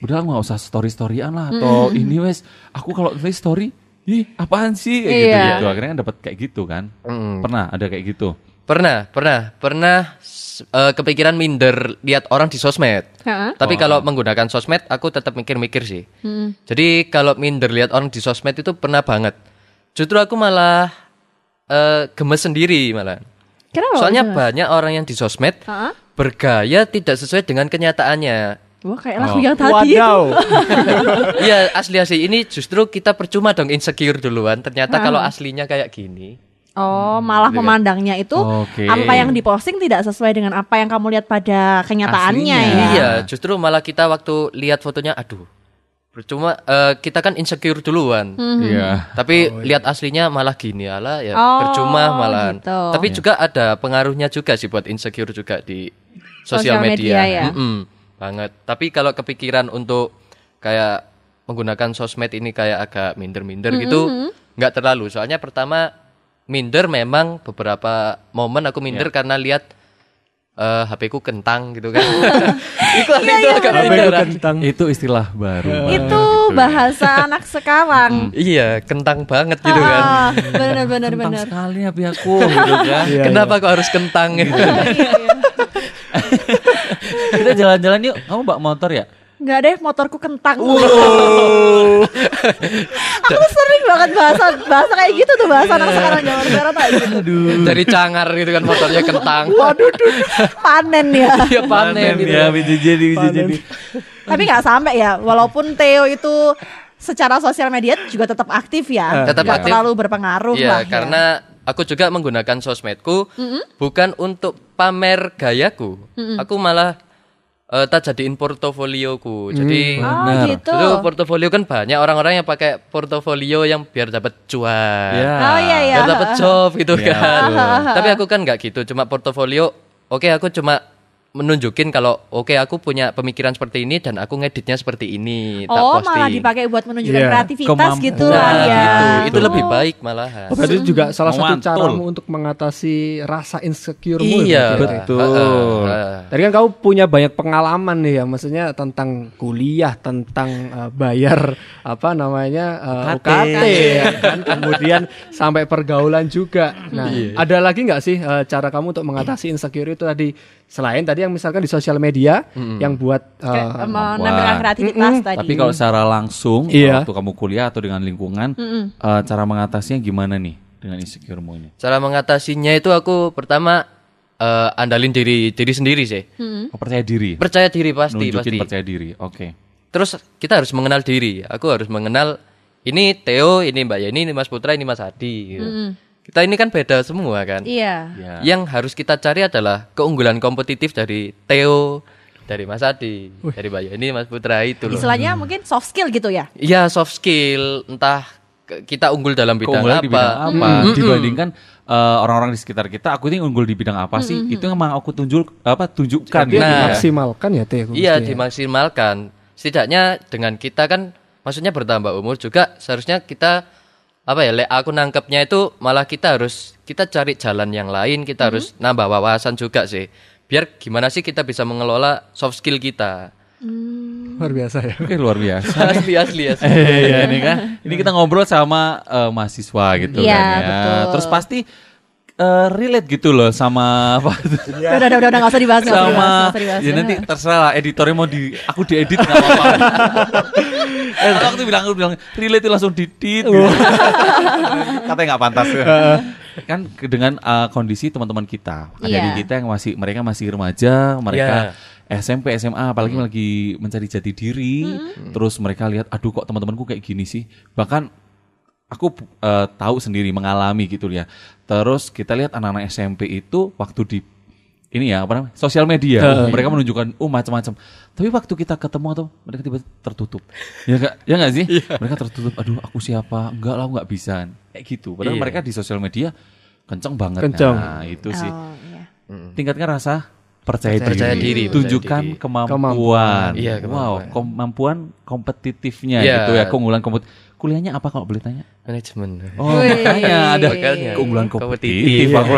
C: udahlah aku nggak usah story storyan lah atau ini wes aku kalau nulis story ih apaan sih kayak gitu
A: Iya.
C: gitu akhirnya kan dapat kayak gitu kan pernah ada kayak gitu
D: Pernah, pernah, pernah s- eh, kepikiran minder lihat orang di sosmed.
A: Ha-ha.
D: Tapi kalau menggunakan sosmed, aku tetap mikir-mikir sih. Jadi kalau minder lihat orang di sosmed itu pernah banget. Justru aku malah eh, gemes sendiri malah.
A: Kenapa?
D: Soalnya banyak orang yang di sosmed
A: Ha-ha.
D: bergaya tidak sesuai dengan kenyataannya.
A: Wah kayak lagu yang tadi.
B: Wadaw.
D: Iya asli asli ini justru kita percuma dong insecure duluan. Ternyata kalau aslinya kayak gini.
A: Oh, malah memandangnya itu
C: Oke.
A: apa yang diposting tidak sesuai dengan apa yang kamu lihat pada kenyataannya
C: Aslinya.
A: ya.
D: Iya, justru malah kita waktu lihat fotonya, aduh, percuma eh, kita kan insecure duluan.
C: iya
D: Hmm. Tapi lihat aslinya malah gini ala ya
A: Oh,
D: percuma malah.
A: gitu.
D: Tapi
C: Iya.
D: juga ada pengaruhnya juga sih buat insecure juga di
A: Sosial
D: sosial
A: media
D: media.
A: ya.
D: Mm-mm, banget. Tapi kalau kepikiran untuk kayak menggunakan sosmed ini kayak agak minder-minder gitu, nggak terlalu. Soalnya pertama minder memang beberapa momen aku
C: Iya.
D: minder karena lihat eh, HP ku kentang gitu kan. Itu
A: Iya,
D: itu agak
B: Apa itu
D: minder.
B: kentang?
C: itu istilah baru
A: Itu bahasa anak sekarang.
D: Iya, kentang banget gitu kan.
A: Ah, bener bener
C: tentang
A: bener.
C: sekali ya aku gitu kan
B: Iya,
D: Kenapa kok harus kentang gitu?
A: Iya.
C: kita jalan-jalan yuk kamu bawa motor ya
A: Enggak deh, motorku kentang. Aku tuh sering banget bahasa bahasa kayak gitu tuh bahasa
D: Iya.
A: anak sekarang zaman sekarang kayak gitu.
D: dari cangar gitu kan motornya kentang
A: Waduh, duh, panen ya.
D: dia panen gitu
C: ya bisa jadi bisa
B: Panen.
C: jadi
A: Tapi nggak sampai ya, walaupun Theo itu secara sosial media juga tetap aktif ya,
D: Ah, Tetap
A: Nggak
D: aktif.
A: terlalu berpengaruh lah. ya.
D: Iya, karena aku juga menggunakan sosmedku bukan untuk pamer gayaku aku malah eh, tak jadiin portofolioku jadi
A: Oh gitu.
D: Dulu portofolio kan banyak orang-orang yang pakai portofolio yang biar dapat cuan,
C: Ya.
A: Oh iya ya.
D: biar dapat job gitu
C: Ya,
D: kan.
C: betul.
D: Tapi aku kan nggak gitu, cuma portofolio. Oke, aku cuma menunjukin kalau oke aku punya pemikiran seperti ini dan aku ngeditnya seperti ini. tak
A: Oh, malah
D: posting.
A: dipakai buat menunjukkan
B: Iya,
A: kreativitas
C: kemampuan.
A: gitu
D: Nah,
A: lah ya.
D: gitu. Itu lebih baik malahan.
B: Oh, berarti juga salah satu
C: Memantul.
B: caramu untuk mengatasi rasa insecure
D: Iya,
C: ya, betul.
D: Heeh.
B: Tadi kan kamu punya banyak pengalaman nih ya, maksudnya tentang kuliah, tentang eh, bayar apa namanya eh,
C: UKT.
B: UKT, ya kan? kemudian sampai pergaulan juga. Nah,
D: Iya.
B: ada lagi nggak sih eh, cara kamu untuk mengatasi insecure itu tadi selain tadi yang misalkan di sosial media yang buat eh,
A: Kayak Menampilkan kreativitas tadi.
C: Tapi kalau secara langsung
B: Iya.
C: waktu kamu kuliah atau dengan lingkungan, eh, cara mengatasinya gimana nih dengan insecure-mu ini?
D: Cara mengatasinya itu aku pertama eh, andalin diri diri sendiri sih.
C: Oh, percaya diri.
D: Percaya diri pasti
C: Nunjukin
D: pasti.
C: percaya diri. Oke.
D: Terus kita harus mengenal diri. Aku harus mengenal ini Theo, ini Mbak Yeni, ini Mas Putra, ini Mas Adi. gitu. Kita ini kan beda semua kan.
A: Iya.
C: Ya.
D: Yang harus kita cari adalah keunggulan kompetitif dari Theo, dari Mas Adi, dari Mbak Yeni, Mas Putra itu loh.
A: Istilahnya mungkin soft skill gitu ya.
D: Iya soft skill, entah ke- kita unggul dalam bidang
C: keunggulan
D: apa.
C: di bidang apa dibandingkan eh, orang-orang di sekitar kita aku ini unggul di bidang apa sih itu emang aku tunjuk apa tunjukkan
B: Dia
C: gitu ya.
B: dimaksimalkan ya teh.
D: Nah. Iya dimaksimalkan. Setidaknya dengan kita kan, maksudnya bertambah umur juga seharusnya kita apa ya? le- Aku nangkepnya itu malah kita harus kita cari jalan yang lain. Kita harus nambah wawasan juga sih. Biar gimana sih kita bisa mengelola soft skill kita.
B: Luar biasa ya.
C: Oke, luar biasa
D: asli asli asli.
C: Iya ini kan. Ini kita ngobrol sama eh, mahasiswa gitu
A: Iya,
C: kan ya.
A: betul.
C: Terus pasti eh, relate gitu loh sama apa
A: Udah, udah, udah, udah, gak usah dibahas. nggak usah
C: Ya. sama
A: dibahas, nggak usah dibahas.
C: ya nanti terserah lah, editornya mau di aku diedit nggak apa-apa. eh, kalau aku bilang aku bilang relate itu langsung didit. gitu. Katanya nggak pantas. kan ke- dengan eh, kondisi teman-teman kita,
A: Iya.
C: adik kita yang masih mereka masih remaja, mereka
D: Iya.
C: SMP, SMA, apalagi lagi mencari jati diri, terus mereka lihat, aduh kok teman-temanku kayak gini sih, bahkan aku eh, tahu sendiri mengalami gitu ya. Terus kita lihat anak-anak SMP itu waktu di ini ya apa namanya sosial media, mereka menunjukkan oh macam-macam. Tapi waktu kita ketemu atau mereka tiba-tiba tertutup, ya nggak ya nggak sih? Mereka tertutup, aduh aku siapa? Enggak lah, aku nggak bisa. Kayak gitu. Padahal mereka di sosial media kenceng banget.
B: Kenceng.
C: Nah itu sih
A: Oh, iya.
C: tingkatkan rasa percaya,
D: Hmm. Percaya
C: diri.
D: diri,
C: tunjukkan
D: percaya diri.
C: kemampuan.
D: Iya,
C: wow,
D: kemampuan.
C: kemampuan kompetitifnya
D: Iya.
C: gitu ya, keunggulan kompetitif. Kuliahnya apa kalau boleh tanya?
D: Manajemen.
C: Oh, makanya ada
D: Makanya.
C: keunggulan kompetitif.
D: Kompetitif. Iya.
C: Aku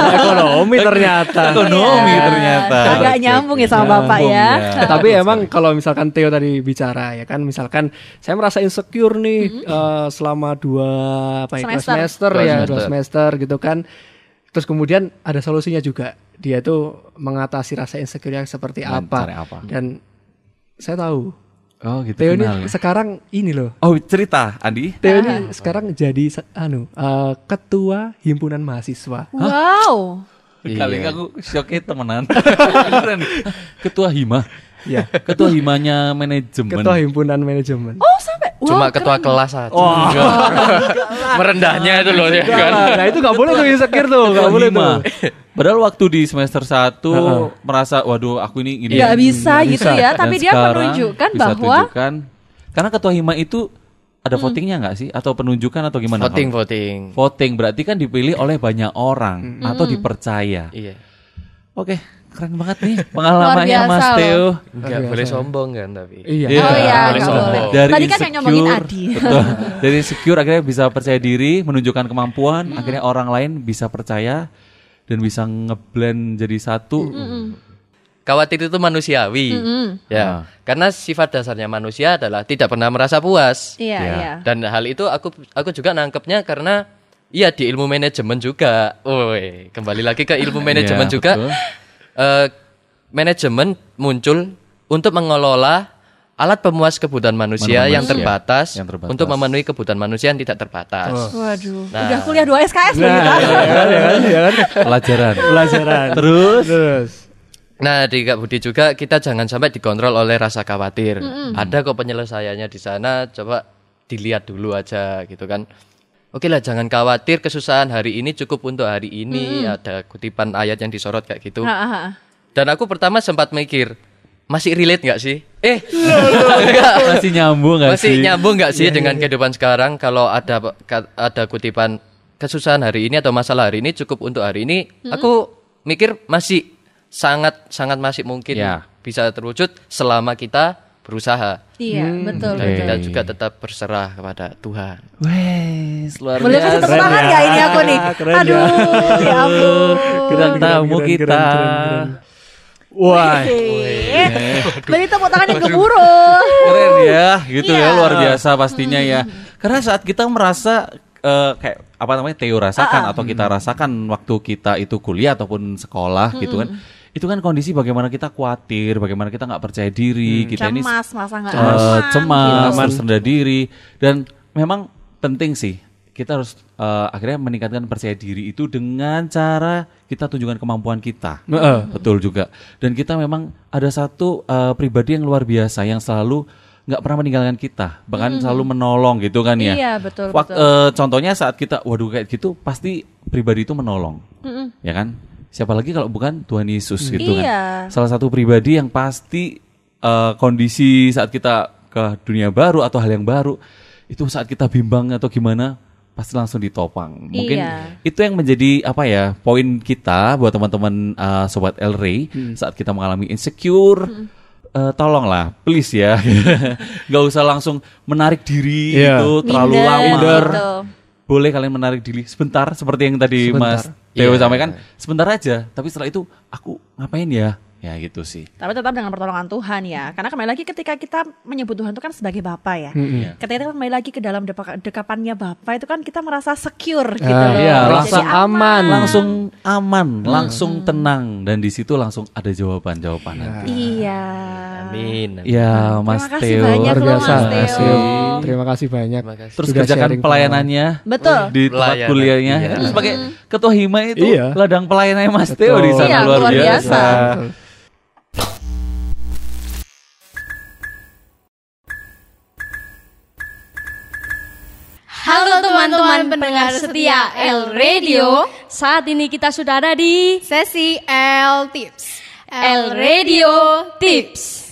B: Ekonomi ternyata.
C: Ekonomi
A: Iya.
C: ternyata.
A: Agak nyambung ya sama bapak ya.
B: Tapi emang kalau misalkan Theo tadi bicara ya kan misalkan saya merasa insecure nih eh, selama dua apa ya, dua
A: Semester.
B: semester
D: Dua
B: ya dua
D: semester.
B: semester gitu kan. Terus kemudian ada solusinya juga. Dia tuh mengatasi rasa insecure yang seperti
C: Dan
B: apa.
C: cari apa.
B: Dan saya tahu
C: Oh, gitu.
B: Theo
C: kenal
B: ini
C: ya.
B: sekarang ini loh.
C: Oh, cerita Andi.
B: Theo ini sekarang jadi se- anu eh, ketua himpunan mahasiswa.
A: Wow.
D: Iya.
C: Kali ini aku shocknya temenan. Beneran. Ketua Hima.
A: Iya.
B: Ya.
C: Ketua Himanya manajemen.
B: Ketua himpunan manajemen.
A: Oh sampai. Wow,
D: Cuma ketua kelas aja. Merendahnya itu loh ya kan.
B: Nah itu gak boleh tuh insecure tuh, gak
C: Ketua
B: boleh
C: Hima.
B: tuh.
C: Padahal waktu di semester 1 merasa waduh aku ini gini.
A: Nggak bisa gitu ya,
C: Dan
A: tapi dia
C: sekarang
A: menunjukkan
C: bisa
A: bahwa Hmm.
C: tunjukkan. karena ketua Hima itu ada votingnya nggak sih atau penunjukan atau gimana?
D: Voting voting.
C: Voting berarti kan dipilih oleh banyak
A: Hmm.
C: orang atau dipercaya.
D: Iya.
C: Oke, keren banget nih pengalamannya
A: Luar biasa
C: Mas Teo.
A: loh.
D: Enggak boleh sombong kan tapi.
B: Iya.
A: Oh iya,
D: Boleh
A: nggak
D: sombong.
A: boleh.
C: Dari
A: Tadi kan yang nyomongin
C: insecure,
A: Adi.
C: Betul. Dari secure akhirnya bisa percaya diri, menunjukkan kemampuan, akhirnya orang lain bisa percaya dan bisa ngeblend jadi satu.
D: Khawatir itu manusiawi.
C: Ah.
D: Ya. Karena sifat dasarnya manusia adalah tidak pernah merasa puas.
A: Iya
C: Ya.
A: iya.
D: Dan hal itu aku aku juga nangkepnya karena iya di ilmu manajemen juga. Woi, kembali lagi ke ilmu manajemen
C: Iya,
D: juga.
C: betul.
D: Eh, manajemen muncul untuk mengelola alat pemuas kebutuhan manusia,
C: Manusia
D: yang, terbatas
C: yang terbatas.
D: untuk memenuhi kebutuhan manusia yang tidak terbatas.
A: Waduh.
C: Nah.
A: Udah kuliah 2 SKS loh kita.
C: Pelajaran.
B: Pelajaran.
C: Terus?
B: Terus.
D: Nah, di Kak Budi juga kita jangan sampai dikontrol oleh rasa khawatir. Ada kok penyelesaiannya di sana, coba dilihat dulu aja gitu kan. Oke lah, jangan khawatir kesusahan hari ini cukup untuk hari ini. Ada kutipan ayat yang disorot kayak gitu.
A: Ha, ha, ha.
D: Dan aku pertama sempat mikir, masih relate nggak sih? Eh,
C: Masih nyambung nggak
D: masih
C: sih? Iya,
D: nyambung nggak sih dengan kehidupan sekarang kalau ada ka- ada kutipan kesusahan hari ini atau masalah hari ini cukup untuk hari ini
A: Hmm.
D: aku mikir masih sangat sangat masih mungkin
C: Ya.
D: bisa terwujud selama kita berusaha
A: Iya
C: Hmm.
A: betul.
D: dan kita juga tetap berserah kepada Tuhan
C: Wes, luar
A: Boleh kasih tepuk tangan
B: ya.
A: nggak ini aku nih?
B: Keren ya.
A: Aduh, ya ampun.
C: Kita tamu
B: keren,
C: kita.
B: keren, keren. Wah.
A: Eh, Beri tepuk tangan yang keburu.
C: Keren ya, gitu ya luar biasa pastinya ya. Karena saat kita merasa eh, kayak apa namanya Theo rasakan atau kita rasakan waktu kita itu kuliah ataupun sekolah gitu kan. Itu kan kondisi bagaimana kita khawatir, bagaimana kita nggak percaya diri, kita ini
A: Cemas, masa nggak
C: cemas,
A: aman.
C: Eh,
A: Gitu.
C: cemas, terus rendah diri dan memang penting sih kita harus eh, akhirnya meningkatkan percaya diri itu dengan cara kita tunjukkan kemampuan kita betul juga dan kita memang ada satu eh, pribadi yang luar biasa yang selalu nggak pernah meninggalkan kita, bahkan selalu menolong gitu kan ya.
A: Hmm. Iya, betul,
C: Wak-
A: betul.
C: eh, contohnya saat kita waduh kayak gitu pasti pribadi itu menolong. Ya kan? Siapa lagi kalau bukan Tuhan Yesus gitu kan.
A: Iya.
C: Salah satu pribadi yang pasti eh, kondisi saat kita ke dunia baru atau hal yang baru itu saat kita bimbang atau gimana pasti langsung ditopang. Mungkin
A: Iya.
C: itu yang menjadi apa ya poin kita buat teman-teman eh, sobat El Rey saat kita mengalami insecure.
A: Hmm.
C: eh, tolonglah, please ya, nggak usah langsung menarik diri
B: Iya.
C: itu terlalu
A: Minder,
C: lama.
A: gitu.
C: Boleh kalian menarik diri sebentar seperti yang tadi Mas
B: Iya.
C: Dewo sampaikan, sebentar aja. Tapi setelah itu aku ngapain ya? Ya gitu sih.
A: Tapi tetap dengan pertolongan Tuhan
C: Hmm.
A: ya. Karena kembali lagi ketika kita menyebut Tuhan itu kan sebagai Bapa ya.
C: hmm.
A: Ketika kita kembali lagi ke dalam depa- dekapannya Bapa itu kan kita merasa secure gitu
B: Ah,
A: loh.
B: iya,
A: Jadi
B: rasa aman.
C: Langsung
B: Hmm.
C: aman, langsung tenang dan di situ langsung ada jawaban-jawaban nanti.
A: Iya.
D: Amin.
C: Ya, Mas
A: Terima kasih
C: Theo.
A: banyak
B: luar
A: loh,
B: biasa.
A: Mas Theo.
B: Mas Theo. Terima kasih banyak.
D: Terima kasih.
C: Terus
B: Sudah
C: kerjakan
B: sharing
C: pelayanannya
A: Betul. Hmm.
C: di tempat
D: Pelayanan,
C: kuliahnya.
D: iya.
C: Terus pakai ketua hima itu
B: Iya.
C: ladang pelayanannya Mas Theo di sana
A: Iya,
C: luar,
A: luar
C: biasa.
A: biasa.
E: Halo teman-teman pendengar setia L Radio.
F: Saat ini kita sudah ada di
E: Sesi L Tips.
F: L Radio Tips.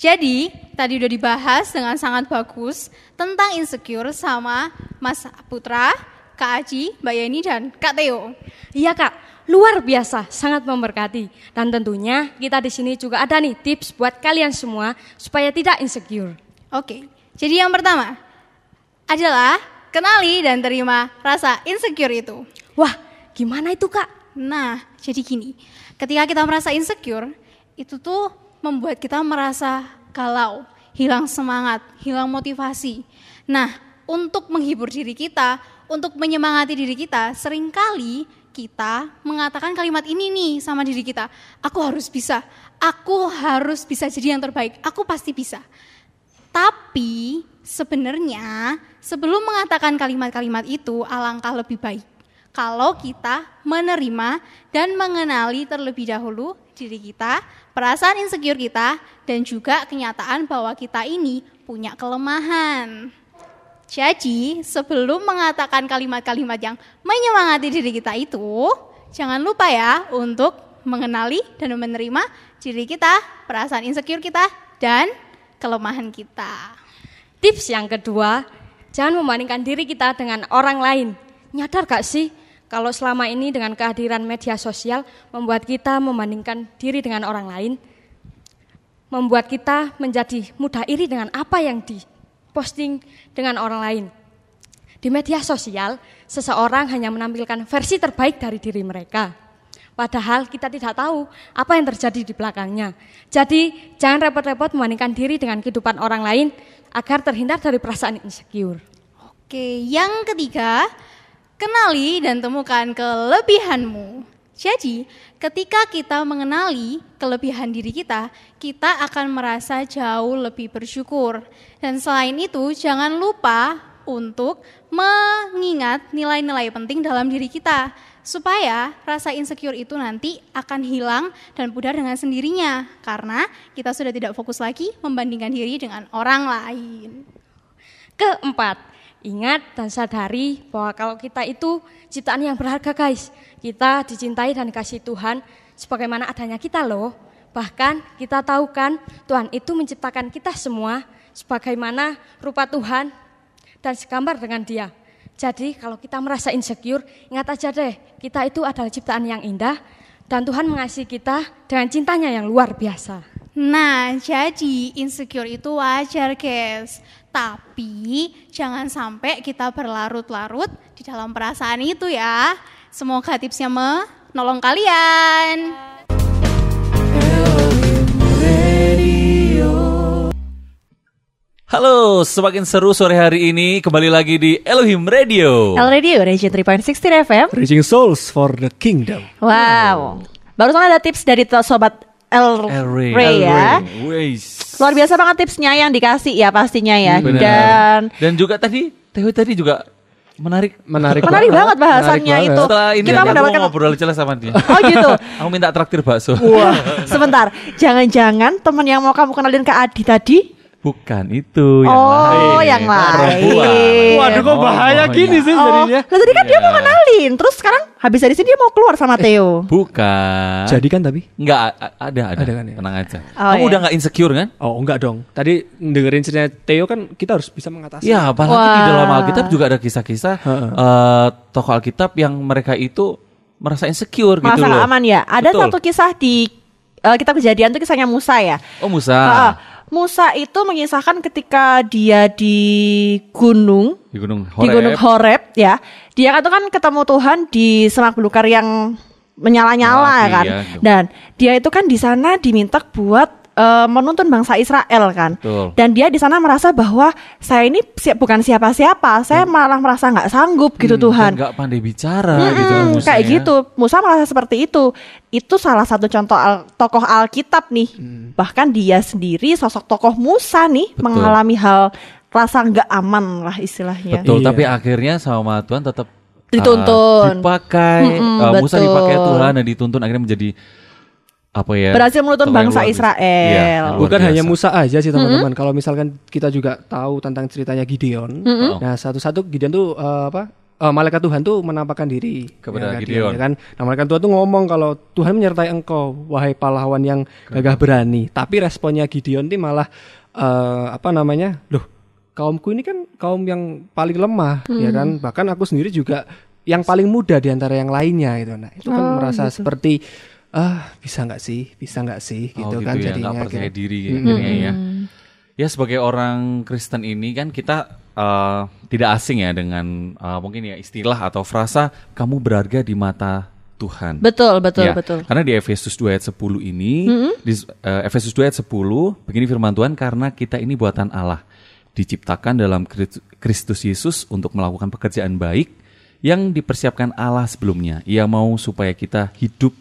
E: Jadi, tadi udah dibahas dengan sangat bagus tentang insecure sama Mas Putra, Kak Aji, Mbak Yeni, dan Kak Teo.
F: Iya kak, luar biasa, sangat memberkati. Dan tentunya kita di sini juga ada nih tips buat kalian semua supaya tidak insecure.
E: Oke, jadi yang pertama adalah kenali dan terima rasa insecure itu.
F: Wah, gimana itu kak?
E: Nah, jadi gini, ketika kita merasa insecure, itu tuh membuat kita merasa galau, hilang semangat, hilang motivasi. Nah, untuk menghibur diri kita, untuk menyemangati diri kita, seringkali kita mengatakan kalimat ini nih sama diri kita, aku harus bisa, aku harus bisa jadi yang terbaik, aku pasti bisa. Tapi sebenarnya sebelum mengatakan kalimat-kalimat itu alangkah lebih baik kalau kita menerima dan mengenali terlebih dahulu diri kita, perasaan insecure kita dan juga kenyataan bahwa kita ini punya kelemahan. Jadi, sebelum mengatakan kalimat-kalimat yang menyemangati diri kita itu, jangan lupa ya untuk mengenali dan menerima diri kita, perasaan insecure kita, dan kelemahan kita.
F: Tips yang kedua, jangan membandingkan diri kita dengan orang lain. Nyadar gak sih kalau selama ini dengan kehadiran media sosial membuat kita membandingkan diri dengan orang lain? Membuat kita menjadi mudah iri dengan apa yang diposting dengan orang lain. Di media sosial, seseorang hanya menampilkan versi terbaik dari diri mereka. Padahal kita tidak tahu apa yang terjadi di belakangnya. Jadi, jangan repot-repot membandingkan diri dengan kehidupan orang lain agar terhindar dari perasaan insecure.
E: Oke, yang ketiga, kenali dan temukan kelebihanmu. Jadi, ketika kita mengenali kelebihan diri kita, kita akan merasa jauh lebih bersyukur. Dan selain itu, jangan lupa untuk mengingat nilai-nilai penting dalam diri kita supaya rasa insecure itu nanti akan hilang dan pudar dengan sendirinya karena kita sudah tidak fokus lagi membandingkan diri dengan orang lain.
F: Keempat, ingat dan sadari bahwa kalau kita itu ciptaan yang berharga guys. Kita dicintai dan dikasih Tuhan sebagaimana adanya kita loh. Bahkan kita tahu kan Tuhan itu menciptakan kita semua sebagaimana rupa Tuhan dan segambar dengan dia. Jadi kalau kita merasa insecure, ingat aja deh, kita itu adalah ciptaan yang indah dan Tuhan mengasihi kita dengan cintanya yang luar biasa.
E: Nah, jadi insecure itu wajar, guys. Tapi jangan sampai kita berlarut-larut di dalam perasaan itu ya. Semoga tipsnya menolong kalian.
C: Halo, semakin seru sore hari ini kembali lagi di Elohim Radio.
A: L Radio Region 3.60
C: Hmm.
A: FM.
B: Reaching souls for the kingdom.
A: Wow. Barusan ada tips dari to- sobat El
C: El
A: Ray,
C: Rey.
A: ya.
C: Weis.
A: Luar biasa banget tipsnya yang dikasih ya pastinya ya.
C: Hmm, Benar.
A: Dan
C: dan juga tadi Teh tadi juga menarik.
B: Menarik,
A: Menarik banget
B: Menarik
A: bahasannya
B: banget.
A: itu.
C: Setelah ini
A: Kita
C: aku
A: mendapatkan-
C: mau ngobrol jelas sama dia.
A: Oh gitu.
C: aku minta traktir bakso.
A: Wah, sebentar. Jangan-jangan teman yang mau kamu kenalin ke Adi tadi
C: Bukan itu yang lain.
A: oh, yang lain.
C: Perempuan.
B: Waduh kok
C: Oh,
B: bahaya
C: oh,
B: gini
C: iya.
B: sih
A: Oh,
B: jadinya.
A: lah tadi kan dia mau kenalin, terus sekarang habis dari sini dia mau keluar sama Theo.
C: Eh, Bukan.
B: Jadi kan tapi
C: Enggak a- ada ada.
B: Ada kan ya?
C: Tenang aja.
A: Oh,
C: Kamu
A: iya.
C: udah nggak insecure kan?
B: Oh enggak dong. Tadi dengerin cerita Theo kan kita harus bisa mengatasi.
C: Ya, apalagi di
A: Wah.
C: dalam Alkitab juga ada kisah-kisah eh, tokoh Alkitab yang mereka itu merasa insecure gitu
A: Merasa
C: loh.
A: gak aman ya. Ada
C: Betul.
A: satu kisah di eh, kitab kejadian tuh kisahnya Musa ya.
C: Oh, Musa.
A: Heeh. Musa itu mengisahkan ketika dia di gunung
C: Di Gunung
A: di
C: Horeb.
A: Gunung Horeb ya. Dia kan tuh kan ketemu Tuhan di semak belukar yang menyala-nyala
C: Melati,
A: ya kan.
C: ya.
A: Dan dia itu kan di sana diminta buat eh, menuntun bangsa Israel kan.
C: Betul.
A: Dan dia di sana merasa bahwa saya ini si- bukan siapa-siapa, saya
C: Hmm.
A: malah merasa nggak sanggup gitu Tuhan.
C: Enggak pandai bicara
A: Mm-mm,
C: Hmm, gitu Musa
A: kayak
C: ya.
A: gitu. Musa merasa seperti itu. Itu salah satu contoh al- tokoh Alkitab nih. Bahkan dia sendiri sosok tokoh Musa nih
C: Hmm. Betul.
A: mengalami hal rasa nggak aman lah istilahnya.
C: Betul,
B: Iya.
C: tapi akhirnya sama Tuhan tetap uh,
A: Dituntun.
C: dipakai
A: Mm-mm,
C: uh, Musa
A: betul.
C: dipakai Tuhan dan dituntun akhirnya menjadi apa ya?
A: Berhasil menuntun
C: tokoh yang
A: bangsa
C: luar biasa.
A: Israel.
C: Iya, yang luar
B: Bukan
C: biasa.
B: hanya Musa aja sih teman-teman. Kalau misalkan kita juga tahu tentang ceritanya Gideon.
C: Oh.
B: Nah satu-satu Gideon tuh eh, apa? eh, malaikat Tuhan tuh menampakkan diri
C: Kepada
B: kan,
C: Gideon.
B: ya kan. Nah, malaikat Tuhan tuh ngomong kalau Tuhan menyertai engkau, wahai pahlawan yang gagah berani. Tapi responnya Gideon tuh malah eh, apa namanya? Loh, kaumku ini kan kaum yang paling lemah,
C: Mm.
B: ya kan? Bahkan aku sendiri juga yang paling muda di antara yang lainnya gitu. Nah, itu kan merasa
C: gitu.
B: seperti ah bisa nggak sih? Bisa nggak sih?
C: Oh,
B: Gitu, kan
C: ya,
B: jadinya.
C: nggak percaya
B: gitu.
C: diri ya, akhirnya ya. Ya sebagai orang Kristen ini kan kita eh, tidak asing ya dengan eh, mungkin ya istilah atau frasa kamu berharga di mata Tuhan.
A: Betul, betul,
C: Ya,
A: betul. Mm-hmm.
C: Karena di Efesus 2 ayat 10 ini, di eh, Efesus 2 ayat 10 begini firman Tuhan, karena kita ini buatan Allah, diciptakan dalam Kri- Kristus Yesus untuk melakukan pekerjaan baik yang dipersiapkan Allah sebelumnya. Ia mau supaya kita hidup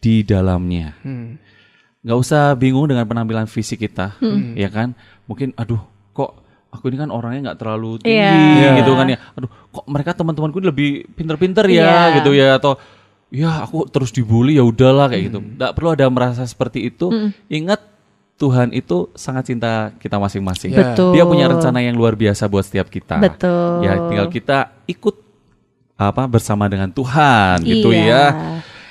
C: di dalamnya. Nggak usah bingung dengan penampilan fisik kita,
A: Hmm.
C: ya kan? Mungkin aduh, kok aku ini kan orangnya nggak terlalu tinggi
A: Iya.
C: gitu kan ya. Aduh, kok mereka teman-temanku ini lebih pinter-pinter ya
A: Iya.
C: gitu ya atau ya aku terus dibully ya udahlah kayak gitu. Nggak perlu ada merasa seperti itu.
A: Hmm.
C: Ingat Tuhan itu sangat cinta kita masing-masing.
B: Ya.
A: Betul.
C: Dia punya rencana yang luar biasa buat setiap kita.
A: Betul.
C: Ya tinggal kita ikut apa bersama dengan Tuhan gitu
A: Iya.
C: ya.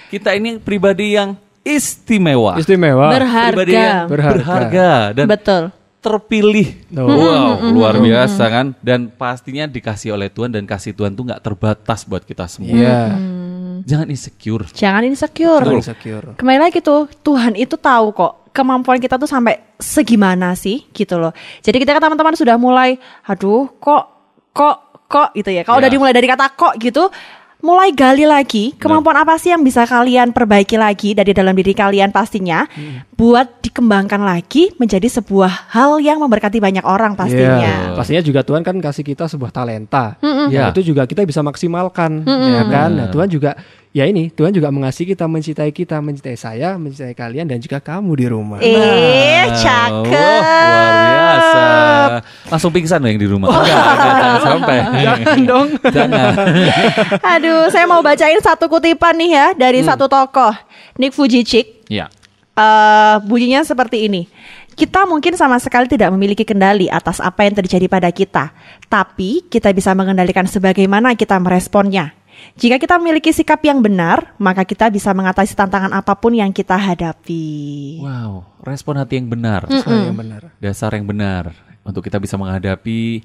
C: Kita ini pribadi yang istimewa.
B: Istimewa.
A: Berharga.
C: Pribadi yang
B: Berharga.
C: berharga dan
A: Betul. Hmm,
C: terpilih.
B: Oh.
C: Wow, luar biasa kan? Dan pastinya dikasih oleh Tuhan dan kasih Tuhan tuh nggak terbatas buat kita semua.
B: Iya.
A: Hmm.
C: Jangan insecure.
A: Jangan insecure.
B: Jangan insecure.
A: Kembali lagi tuh, Tuhan itu tahu kok kemampuan kita tuh sampai segimana sih gitu loh. Jadi kita kan teman-teman sudah mulai, aduh kok, kok, kok gitu ya. Kalau
C: Ya.
A: udah dimulai dari kata kok gitu, mulai gali lagi kemampuan apa sih yang bisa kalian perbaiki lagi dari dalam diri kalian pastinya
C: Hmm.
A: buat dikembangkan lagi menjadi sebuah hal yang memberkati banyak orang
B: Iya.
A: pastinya.
B: Pastinya juga Tuhan kan kasih kita sebuah talenta. Ya,
C: Ya.
B: itu juga kita bisa maksimalkan, ya kan? Nah, Tuhan juga ya ini, Tuhan juga mengasihi kita, mencintai kita, mencintai saya, mencintai kalian dan juga kamu di rumah.
A: Eh,
C: Wow,
A: cakep.
C: luar biasa. Langsung pingsan loh yang di rumah. Enggak, jangan, jangan sampai. Oh. Jangan dong. Jangan.
A: Aduh, saya mau bacain satu kutipan nih ya dari
C: Hmm.
A: satu tokoh, Nick Fujicik.
C: Ya.
A: eh bunyinya seperti ini. Kita mungkin sama sekali tidak memiliki kendali atas apa yang terjadi pada kita, tapi kita bisa mengendalikan sebagaimana kita meresponnya. Jika kita memiliki sikap yang benar, maka kita bisa mengatasi tantangan apapun yang kita hadapi.
C: Wow, respon hati yang benar.
B: Nah, yang benar.
C: Dasar yang benar untuk kita bisa menghadapi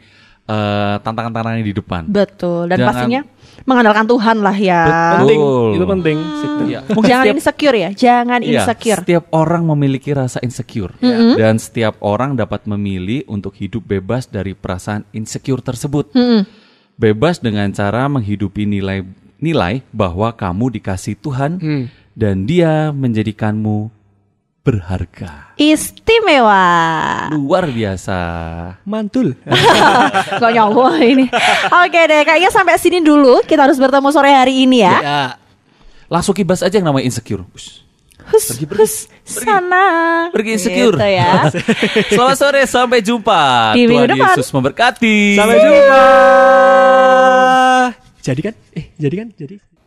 C: eh, tantangan-tantangan yang di depan.
A: Betul, dan
C: Jangan-
A: pastinya mengandalkan Tuhan lah ya.
B: Penting,
C: Betul.
B: itu penting. Sit
A: Ah.
B: down.
C: Iya. Mungkin
A: Jangan
C: setiap-
A: insecure ya, jangan
C: Iya,
A: insecure.
C: setiap orang memiliki rasa insecure dan setiap orang dapat memilih untuk hidup bebas dari perasaan insecure tersebut. Bebas dengan cara menghidupi nilai-nilai bahwa kamu dikasih Tuhan dan Dia menjadikanmu berharga.
A: Istimewa.
C: Luar biasa.
B: Mantul.
A: Gak nyambung ini. Oke deh, kayaknya sampai sini dulu. Kita harus bertemu sore hari ini ya.
C: Langsung kibas aja yang namanya insecure. Ush.
A: hus, hus, sana.
C: Pergi insecure.
A: Gitu ya.
C: Selamat sore, sampai jumpa.
A: Di minggu
C: Tuhan
A: depan.
C: Yesus memberkati.
B: Sampai jumpa. Jadi kan? Eh, jadi kan? Jadi.